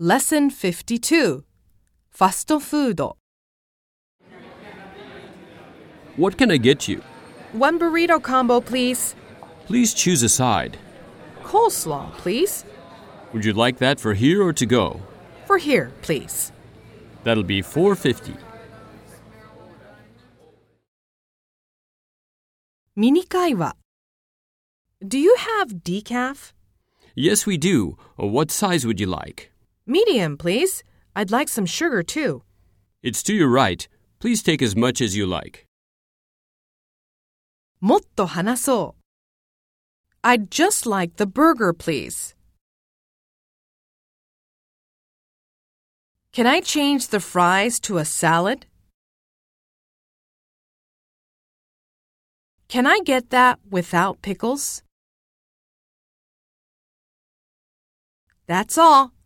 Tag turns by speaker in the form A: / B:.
A: Lesson 52 Fast Food.
B: What can I get you?
A: One burrito combo, please.
B: Please choose a side.
A: Coleslaw, please.
B: Would you like that for here or to go?
A: For here, please.
B: That'll be 450.
A: ミニ会話 Do you have decaf?
B: Yes, we do. Uh, What size would you like?
A: Medium, please. I'd like some sugar too.
B: It's to your right. Please take as much as you like.
A: もっと話そう I'd just like the burger, please. Can I change the fries to a salad? Can I get that without pickles? That's all.